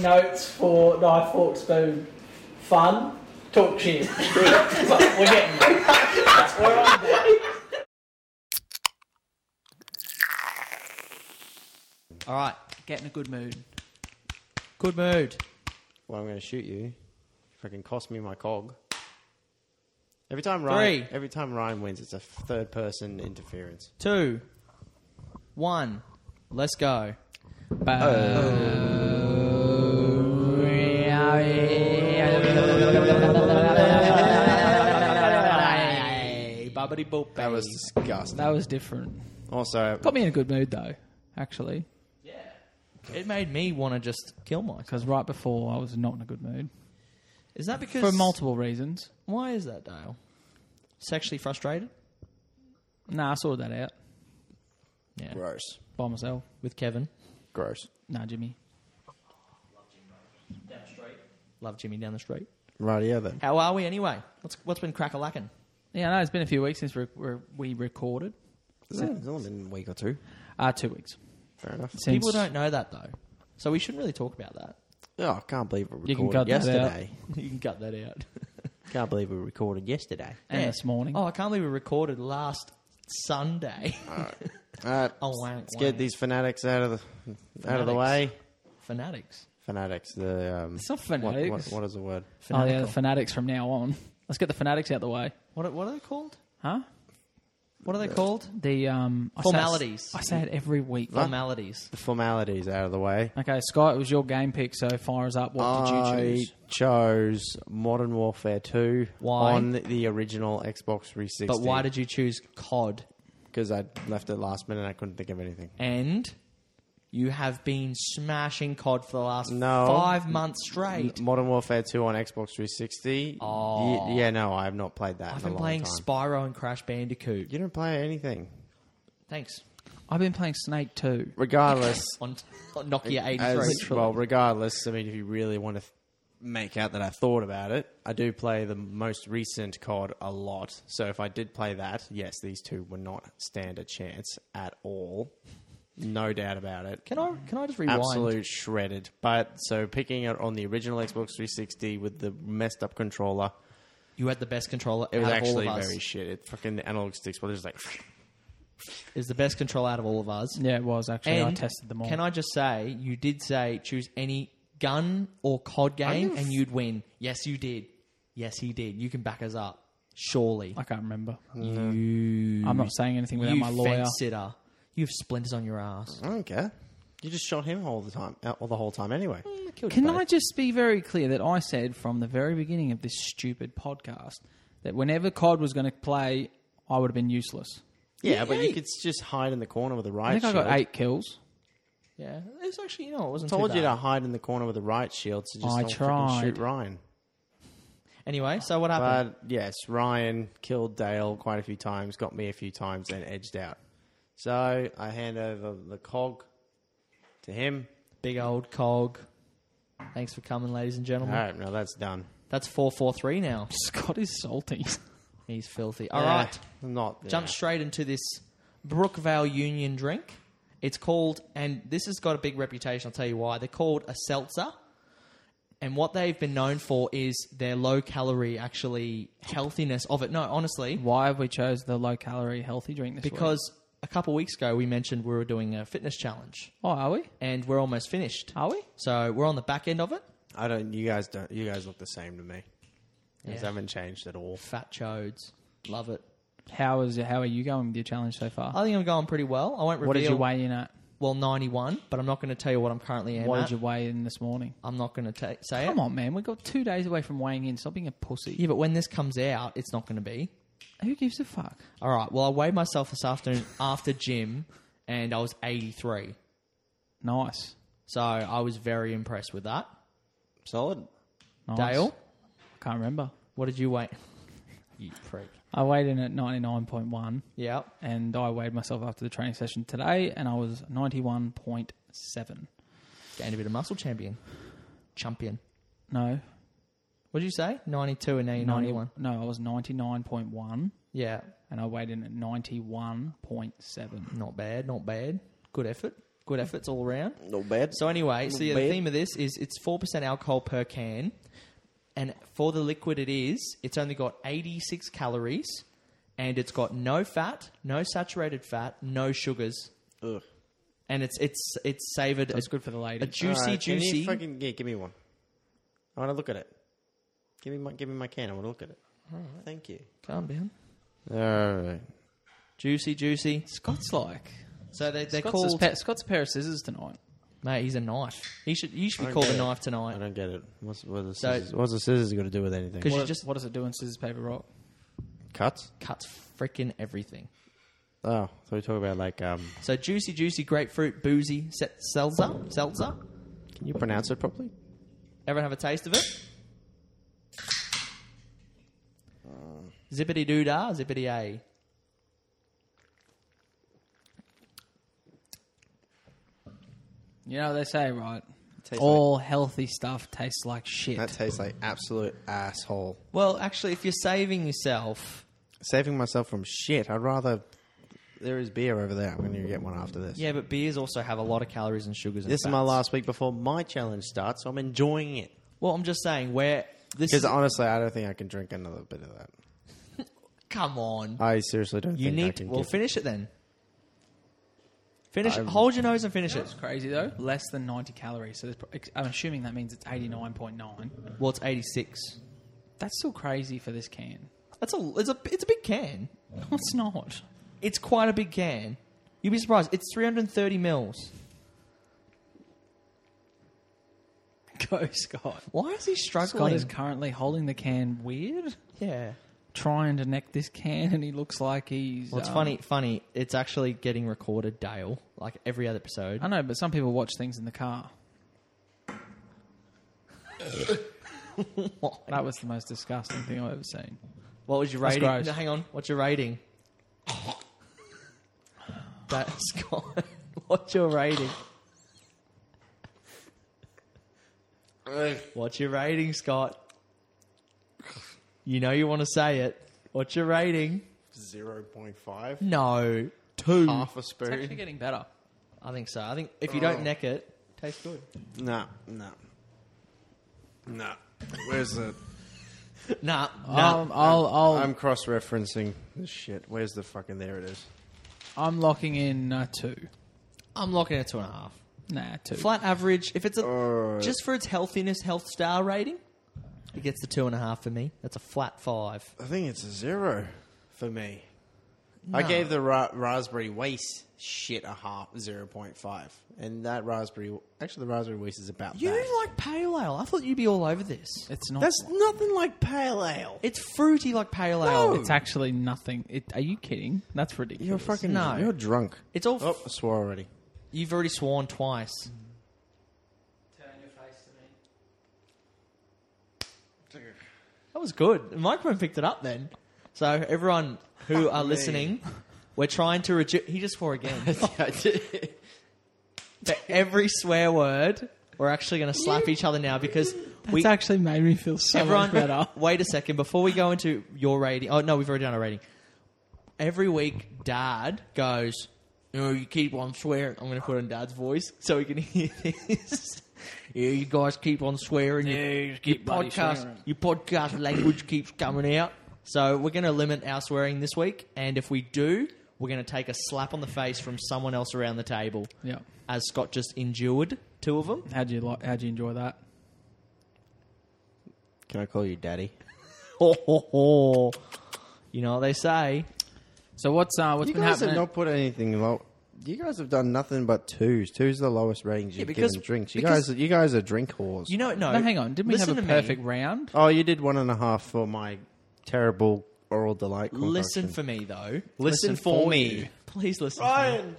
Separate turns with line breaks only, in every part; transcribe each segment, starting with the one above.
notes for Knife, Fork, Spoon fun. Talk shit. We're getting there. We're on there. All right, get in a good mood. Good mood.
Well, I'm going to shoot you. Fucking cost me my cog. Every time Ryan,
Three.
every time Ryan wins, it's a third person interference.
Two, one, let's go. Bubbity boop.
That was disgusting.
That was different.
Also,
Got me in a good mood though, actually,
It made me want to just kill myself.
because right before I was not in a good mood
Is that because
for multiple reasons.
Why is that, Dale? Sexually frustrated?
Nah, I sorted that out
Yeah.
gross,
by myself.
With Kevin,
gross.
Nah, Jimmy.
love Jimmy down the street.
Right, yeah. Then
How are we anyway? What's what's been crack a lacking?
Yeah, no, it's been a few weeks since we, we, we recorded.
it's only been a week or two.
Uh, two weeks.
Fair enough.
Since
People don't know that though, so we shouldn't really talk about that.
Oh, I can't believe we
You can
recorded
cut that out.
yesterday.
you can cut that out.
Can't believe we recorded yesterday.
And
Yeah.
this morning.
Oh, I can't believe we recorded last Sunday.
All right,
Oh, wank,
let's get
wank.
these fanatics out of the out of the way.
Fanatics.
Fanatics.
Fanatics.
The um,
It's not
what- what-
fanatics.
what is the word?
Oh, yeah,
Fanatical.
the fanatics from now on. Let's get the fanatics out the way.
What are, what are they called?
Huh?
What are they called?
The um, I say-
Formalities.
I say it every week.
Formalities.
The formalities out of the way.
Okay, Scott, it was your game pick, so fire us up. What did you choose?
I chose Modern Warfare 2
Why?
on the original Xbox 360.
But why did you choose COD?
Because I left it last minute and I couldn't think of anything.
And you have been smashing COD for the last
No.
five months straight.
Modern Warfare 2 on Xbox 360.
Oh.
Ye- yeah, no, I have not played that.
I've
in a
been
long
playing
time.
Spyro and Crash Bandicoot.
You don't play anything.
Thanks.
I've been playing Snake too.
Regardless,
On, on Nokia 83.
as, well, regardless, I mean, if you really want to th- make out that I thought about it, I do play the most recent COD a lot. So if I did play that, yes, these two would not stand a chance at all. No doubt about it.
can I can I just rewind?
Absolute shredded. But so picking it on the original Xbox 360 with the messed up controller,
You had the best controller
it was
out of
actually
all of us.
very shit. It fucking the analog sticks were just like
Is the best control out of all of us.
Yeah, it was actually. I
And
tested them all.
Can I just say you did say choose any gun or COD game and you'd win. Yes, you did. Yes, he did. You can back us up. Surely.
I can't remember.
You
I'm not saying anything without
you
my lawyer.
fence sitter. You have splinters on your ass.
I don't care. You just shot him all the time, uh, all the whole time anyway.
Mm,
Can I just be very clear that I said from the very beginning of this stupid podcast that whenever COD was going to play, I would have been useless.
Yeah, but you could s- just hide in the corner with a
I
riot
think I
shield.
got eight kills.
Yeah, it was actually you know it wasn't too
told you
bad.
to hide in the corner with a riot shield to just
I
not freaking shoot
tried.
Ryan.
Anyway, so what happened?
But yes, Ryan killed Dale quite a few times, got me a few times, and edged out. So I hand over the cog to him.
Big old cog. Thanks for coming, ladies and
All
gentlemen.
right, now that's done.
That's four four three now.
Scott is salty.
He's filthy. All right.
Yeah, not yeah.
jump straight into this Brookvale Union drink. It's called, and this has got a big reputation. I'll tell you why. They're called a seltzer, and what they've been known for is their low calorie, actually healthiness of it. No, honestly,
Why have we chose the low calorie healthy drink this week?
because a couple weeks ago we mentioned we were doing a fitness challenge,
oh, are we?
and we're almost finished.
Are we?
So we're on the back end of it.
I don't. You guys don't. You guys look the same to me. You guys
Yeah.
haven't changed at all.
Fat chodes, love it.
How is how are you going with your challenge so far?
I think I'm going pretty well. I won't reveal.
what did you weigh in at?
Well, 91, but I'm not going to tell you what I'm currently am
What
at.
did you weigh in this morning?
I'm not going to ta- say it.
Come on, man. We've got two days away from weighing in. Stop being a pussy.
Yeah, but when this comes out, it's not going to be.
Who gives a fuck?
All right. Well, I weighed myself this afternoon after gym, and I was 83.
Nice.
So I was very impressed with that.
Solid.
nice.
Dale,
I can't remember.
what did you weigh? you prick.
I weighed in at 99.1
Yeah.
and I weighed myself after the training session today and I was 91.7.
Gained a bit of muscle champion. Champion.
No.
What did you say? 92 and now you're
90
91.
No, I was 99.1
Yeah.
and I weighed in at 91.7.
Not bad. Not bad. Good effort. Good efforts all around.
Not bad.
So anyway, so yeah, the
Bad.
theme of this is it's four percent alcohol per can, and for the liquid it is, it's only got eighty six calories, and it's got no fat, no saturated fat, no sugars,
Ugh.
and it's it's it's savored.
That's
It's
good for the
a
lady.
juicy,
Alright, can you
juicy.
fucking- yeah, give me one. I want to look at it. Give me my, give me my can. I want to look at it. Thank you.
Calm down.
All right.
Juicy, juicy.
Scott's like
So they, they're
Scott's,
called.
a pa- Scott's a pair of scissors tonight.
Mate, he's a knife. He should. You should be
Okay.
called a knife
I
tonight.
don't get it. What's, what's the
So-
scissors, what's the scissors got to do with anything?
'Cause
What,
you
does-
just-
what does it do in scissors paper rock?
Cuts?
Cuts freaking everything.
Oh, so we talk about like um.
So juicy, juicy grapefruit, boozy se- seltzer, seltzer.
Can you pronounce it properly?
Everyone have a taste of it. Uh. Zippity doo dah, zippity a.
You know what they say, right?
tastes
All healthy stuff tastes like shit.
That tastes like absolute asshole.
Well, actually, if you're saving yourself,
Saving myself from shit. I'd rather. There is beer over there. I'm going to get one after this.
yeah, but beers also have a lot of calories and sugars. And
This is my
fats.
last week before my challenge starts, so I'm enjoying it.
Well, I'm just saying, where this
Because
is.
honestly, I don't think I can drink another bit of that.
come on,
I seriously don't
you
think I
need.
can.
well,
get-
finish it then. Finish.
I'm-
it. Hold your nose and finish it.
That's crazy though. Less than ninety calories. So there's pro- I'm assuming that means it's eighty nine point nine.
Well, it's 86.
That's still crazy for this can.
That's a. It's a. It's a big can.
No, it's not.
It's quite a big can. You'd be surprised. It's 330 mils.
Go, Scott.
Why is he struggling?
Scott is currently holding the can weird,
yeah.
trying to neck this can, and he looks like he's.
Well, it's
um,
funny. Funny. It's actually getting recorded, Dale. Like every other episode.
I know, but some people watch things in the car.
What,
That was the most disgusting thing I've ever seen.
what was your
That's
rating?
gross.
No, hang on. What's your rating? that Scott. What's your rating? What's your rating, Scott? You know you want to say it. What's your rating? Hmm.
0.5.
No, two.
Half a
It's actually
spoon.
getting better.
I think so. I think if you don't neck it, Oh. tastes good.
No, no. No. Where's the.
Nah, nah.
Um, I'll, I'll,
I'm cross referencing this shit. Where's the fucking. There it is.
I'm locking in uh, two.
I'm locking it two and a half.
Nah, two.
Flat average. If it's a
Alright.
just for its healthiness, health star rating, it gets the two and a half for me. That's a flat five.
I think it's a zero for me. I gave the ra- raspberry waste shit a half, 0.5. And that raspberry, actually, the raspberry waste is about
You
that.
like pale ale? I thought you'd be all over this.
It's not.
That's nothing like pale ale.
It's fruity like pale ale.
No.
It's,
it's actually nothing. It, are you kidding? That's ridiculous.
You're fucking.
No.
You're drunk.
it's all.
Oh, I swore already.
You've already sworn twice.
Turn your face to me.
That was good. The microphone picked it up then. So everyone who are listening, we're trying to reduce. He just swore again. For every swear word, we're actually going to slap each other now because we
It's actually made me feel so
everyone.
much better.
Wait a second before we go into your rating. Oh no, we've already done a rating. Every week, Dad goes. No, you keep on swearing. I'm going to put on Dad's voice so he can hear this. yeah, you guys keep on swearing. You-
keep
your
bloody
podcast,
swearing.
your podcast language keeps coming out. So we're going to limit our swearing this week, and if we do, we're going to take a slap on the face from someone else around the table.
Yeah.
As Scott just endured two of them.
How do you like? How do you enjoy that?
Can I call you daddy?
Ho, ho, ho. You know what they say.
So what's uh, what's
you
been
guys have
happening?
not put anything low. You guys have done nothing but twos. Two's the lowest range you've
because-
given drinks. You
because-
guys, you guys are drink whores.
You know, no.
no, hang on. Didn't we have
listen
a
to me.
perfect round?
oh, you did one and a half for my terrible oral delight. Concoction.
Listen for me, though.
Listen for me.
you. Please listen. For me.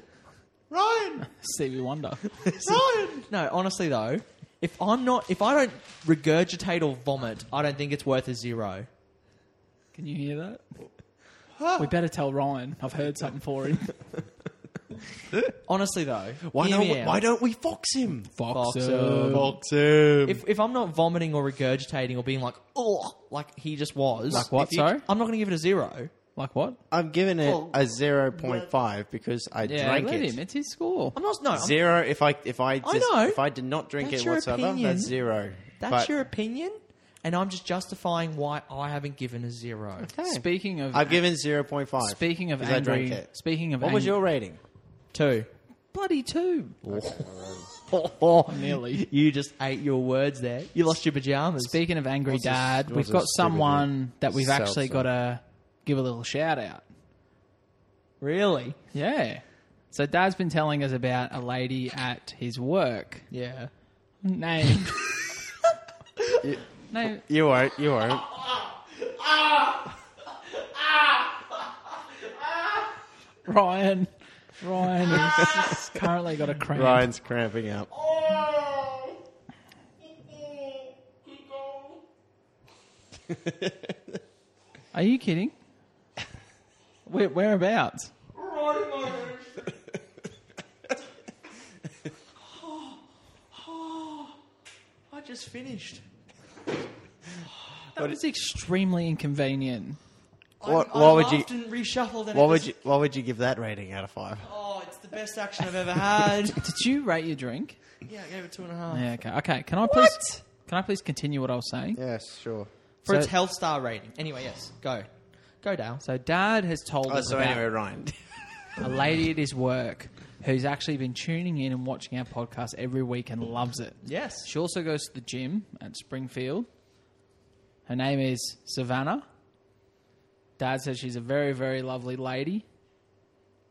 Ryan.
Stevie Wonder.
Ryan. No, honestly though, if I'm not, if I don't regurgitate or vomit, I don't think it's worth a zero.
Can you hear that? We better tell Ryan. I've heard something for him.
Honestly though,
Why
hear
don't?
me
We,
out.
why don't we fox him?
Fox.
Fox,
uh,
Fox him.
if, if I'm not vomiting or regurgitating or being like, oh, like he just was,
Like what,
if you-
sorry?
I'm not going to give it a zero.
Like what?
I'm giving it
Well,
a zero point five because I
Yeah,
drank
let
it.
him. It's his score.
I'm not. No, I'm-
Zero. If I if I,
I
just-
know.
if I did not drink
That's
it
your
whatsoever,
opinion.
that's zero.
that's
But
your opinion, and I'm just justifying why I haven't given a zero.
Speaking of,
I've given zero point five.
speaking of
because I
angry,
drank it.
speaking of
What was
angry-
your rating?
Two.
bloody two? Nearly.
You just ate your words there. You lost your pajamas.
Speaking of angry
this-
dad,
what's
we've got
this stupid
someone that we've
seltzer?
actually got to give a little shout out.
Really?
Yeah. So dad's been telling us about a lady at his work
Yeah.
named. no,
You won't. You won't.
Ryan. Ryan has currently got a cramp.
Ryan's cramping up.
Are you kidding? Where, whereabouts?
I just finished.
That is extremely inconvenient.
What? What would you?
And reshuffled and
What would you? What would you give that rating out of five?
Oh, it's the best action I've ever had.
Did you rate your drink?
yeah, I gave it two and a half.
Yeah. Okay. Okay. Can I please? Can I please continue what I was saying?
Yes, sure.
For
So-
its health star rating. Anyway, yes. Go. Go down.
So dad has told
Oh,
us
so
about
anyway, Ryan.
a lady at his work who's actually been tuning in and watching our podcast every week and loves it.
Yes.
She also goes to the gym at Springfield. Her name is Savannah. Dad says she's a very, very lovely lady.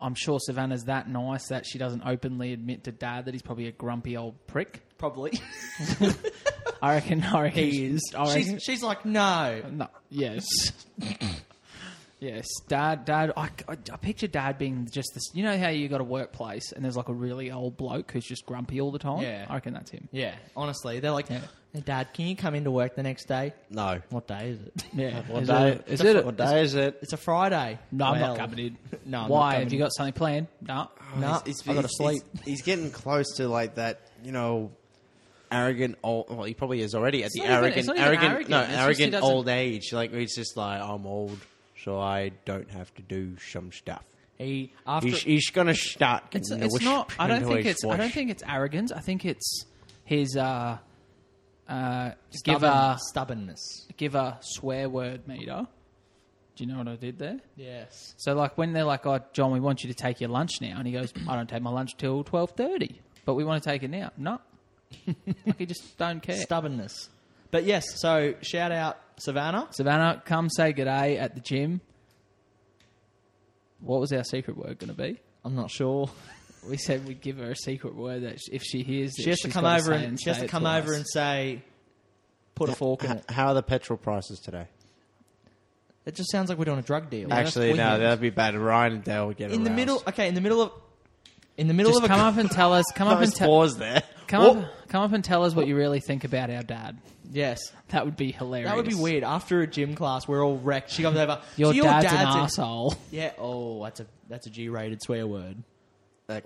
I'm sure Savannah's that nice that she doesn't openly admit to Dad that he's probably a grumpy old prick.
Probably.
I reckon. I reckon
He
is. I reckon,
she's, she's like, no.
no. Yes. yes. Dad. Dad. I, I, I picture Dad being just this. You know how you got a workplace and there's like a really old bloke who's just grumpy all the time.
Yeah.
I reckon that's him.
Yeah, honestly. They're like, "Hey, Dad, can you come into work the next day?
No.
What day is it?
Yeah.
What
is
day?
it? Is it?
What day is it?
It's a Friday.
No, I'm not
Well,
coming in.
No, I'm not
Why?
coming
Have you
in.
got something planned? No.
Nah, I gotta sleep.
He's, getting close to like that, you know, arrogant old. Well, he probably is already at the
not even-
arrogant,
it's not even
arrogant,
arrogant,
no,
it's just he
arrogant
doesn't-
old age. Like he's just like I'm old, so I don't have to do some stuff.
He, after,
He's, he's gonna start.
It's,
getting
it's
wish-
not. I don't
into
think
his
it's. I don't
wish.
think it's arrogance. I think it's his uh, uh, give
stubborn,
a
stubbornness.
give a swear word meter. Do you know what I did there?
Yes.
So like when they're like, "Oh, John, we want you to take your lunch now," and he goes, "I don't take my lunch till twelve thirty, but we want to take it now." No, like he just don't care.
Stubbornness. But yes, so shout out Savannah.
Savannah, come say good day at the gym. What was our secret word going to be?
I'm not sure.
We said we'd give her a secret word that sh- if she hears, it,
She has to
she's
come
gotta
over
say
and,
it
she has
say
to
it
come over
us.
and say, put a fork in
H-
it.
How are the petrol prices today?
It just sounds like we're doing a drug deal.
Actually, no,
weird.
that'd be bad. Ryan and Dale would get
in the
aroused.
middle. Okay, in the middle of in the middle
just
of
come
a
up and tell us. Come up
Nice
and tell.
pause there.
Come
Oh,
up, come up and tell us what you really think about our dad.
yes,
That would be hilarious.
that would be weird. After a gym class, we're all wrecked. She comes over.
Your,
so your
dad's,
dad's
an
in-
asshole.
Yeah. Oh, that's a that's a G-rated swear word.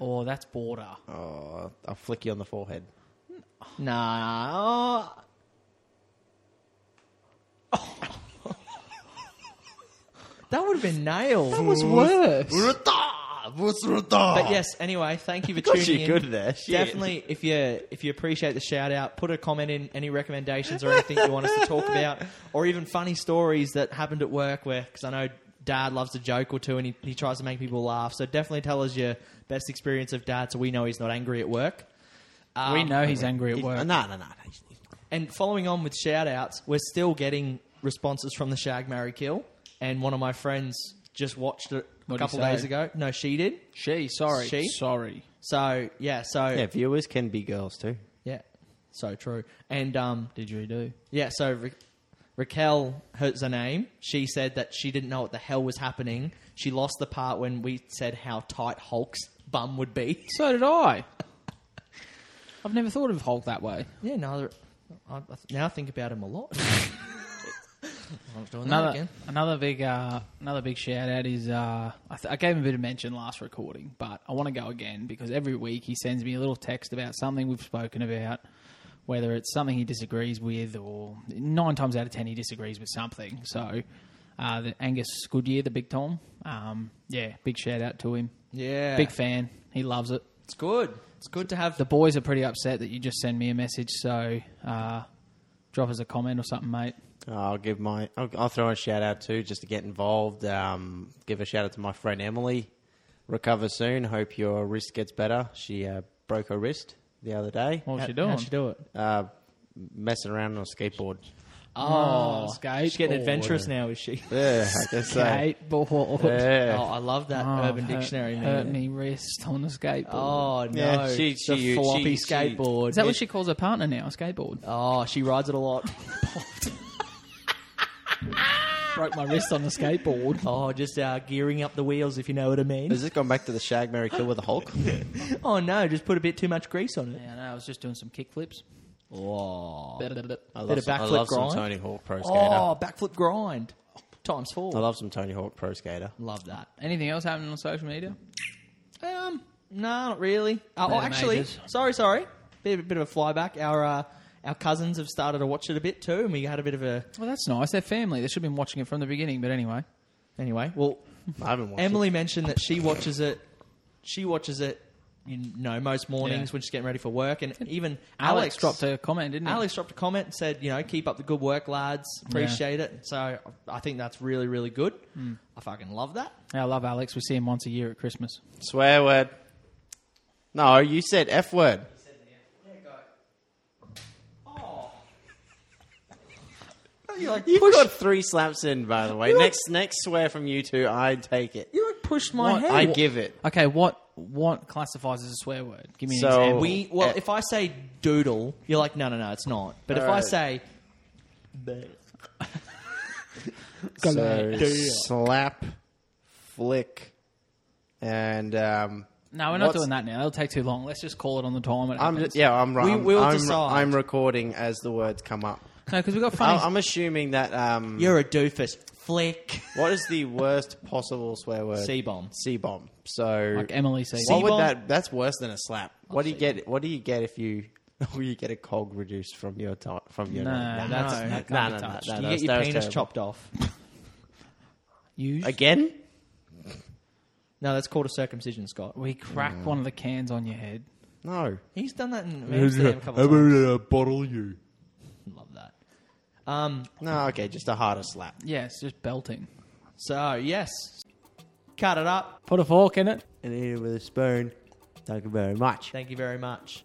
Oh, that's border.
oh, I'll flick you on the forehead.
Nah. Oh. that would have been nailed. That was
worse.
But
Oh.
But
yes. Anyway, thank you for
God,
tuning
you're
in.
good there. Shit.
Definitely, if you if you appreciate the shout out, put a comment in any recommendations or anything you want us to talk about, or even funny stories that happened at work. Where because I know Dad loves a joke or two, and he, he tries to make people laugh. So definitely tell us your best experience of Dad, so we know he's not angry at work. Um,
we know he's angry at
He's-
work.
No, no, no. He's- he's-
And following on with shout outs, we're still getting responses from the Shag Marry Kill. And one of my friends just watched it a
What'd he
couple
say?
days ago. No, she did.
She, sorry,
She?
sorry.
So, yeah, so.
Yeah,
Yeah.
viewers can be girls too.
so true. And, um,
Did you do?
yeah, so Ra- Raquel, her's her name, she said that she didn't know what the hell was happening. She lost the part when we said how tight Hulk's bum would be.
So did I. I've never thought of Hulk that way.
Yeah, no, I, I, now I think about him a lot. I'm not doing that
Another
again.
another big uh, another big shout out is uh, I, th- I gave him a bit of mention last recording, but I want to go again because every week he sends me a little text about something we've spoken about, whether it's something he disagrees with or nine times out of ten he disagrees with something. So uh, the Angus Goodyear, the big Tom. Um, yeah, big shout out to him.
Yeah.
Big fan. He loves it.
It's good. It's good to have
The boys are pretty upset that you just send me a message, so uh, drop us a comment or something, mate.
Uh, I'll give my. I'll, I'll throw a shout out too, just to get involved. Um, give a shout out to my friend Emily. Recover soon. Hope your wrist gets better. She uh, broke her wrist the other day,
What was
How-
she doing?
how'd she do it?
uh, messing around on a skateboard.
Oh, skate.
She's getting adventurous now, is she?
Yeah, I guess so.
Skateboard.
Yeah.
Oh, I love that
Oh,
Urban
hurt-
Dictionary.
Hurt
man.
me wrist on the skateboard.
Oh no,
Yeah, she-
the
she- she-
floppy
she-
skateboard.
Is that what
It-
she calls her partner now? A skateboard.
Oh, she rides it a lot.
Broke my wrist on the skateboard.
Oh, just uh, gearing up the wheels, if you know what I mean.
Has this gone back to the Shag Mary Kill with the Hulk?
Oh no, just put a bit too much grease on it.
Yeah, no, I was just doing some kick flips.
Oh,
I
Bit
love,
of
some, I
backflip
love some
grind.
Tony Hawk pro skater.
oh, backflip grind times four.
I love some Tony Hawk pro skater.
Love that.
Anything else happening on social media?
Um, no, not really. Uh, oh,
Better
actually,
majors.
sorry, sorry. Bit, bit of a flyback. Our uh, our cousins have started to watch it a bit too, and we had a bit of a
Well, that's nice. They're family. They should have been watching it from the beginning. But anyway,
anyway. Well,
I haven't watched
Emily mentioned that she watches it. She watches it. You know, most mornings
Yeah.
when she's getting ready for work, and even
Alex,
Alex
dropped a comment, didn't he?
Alex dropped a comment and said, you know, keep up the good work, lads. Appreciate it. So I think that's really, really good. I fucking love that.
I love Alex. We see him once a year at Christmas.
it. Swear word. No, you said F word.
You like
Oh, You
pushed,
got three slaps in, by the way.
You're
next, next swear from you two, I take it.
you like pushed my
What?
head.
I give it.
Okay, what what classifies as a swear word? Give me an
So-
example.
we well,
Eh.
if I say doodle, you're like, no, no, no, it's not. But if I
Alright.
say,
So slap, flick, and um,
no, we're not
what's-
doing that now. That'll take too long. Let's just call it on the time. It
I'm
happens.
just, yeah, I'm right.
We
I'm,
will
I'm,
decide.
I'm recording as the words come up.
No, because we got funny.
I'm, I'm assuming that um,
you're a doofus, flick.
what is the worst possible swear word?
C-bomb.
C bomb. So
like Emily said,
what
C-bomb? Oh,
would that? That's worse than a slap. What do you get? What do you get if you? Or you get a cog reduced from your to- from your
No, that's-
name? no,
that can't
no,
be
no, no,
touched.
no,
you
no,
get your
that was
penis
terrible.
chopped off.
use.
again.
No, that's called a circumcision, Scott.
We crack one of the cans on your head.
No,
He's done that in Amsterdam a couple of times.
gonna bottle you.
Love that. Um,
No, okay, just a harder slap.
Yes, just belting.
so yes, cut it up.
Put a fork in it.
And eat it with a spoon. Thank you very much.
Thank you very much.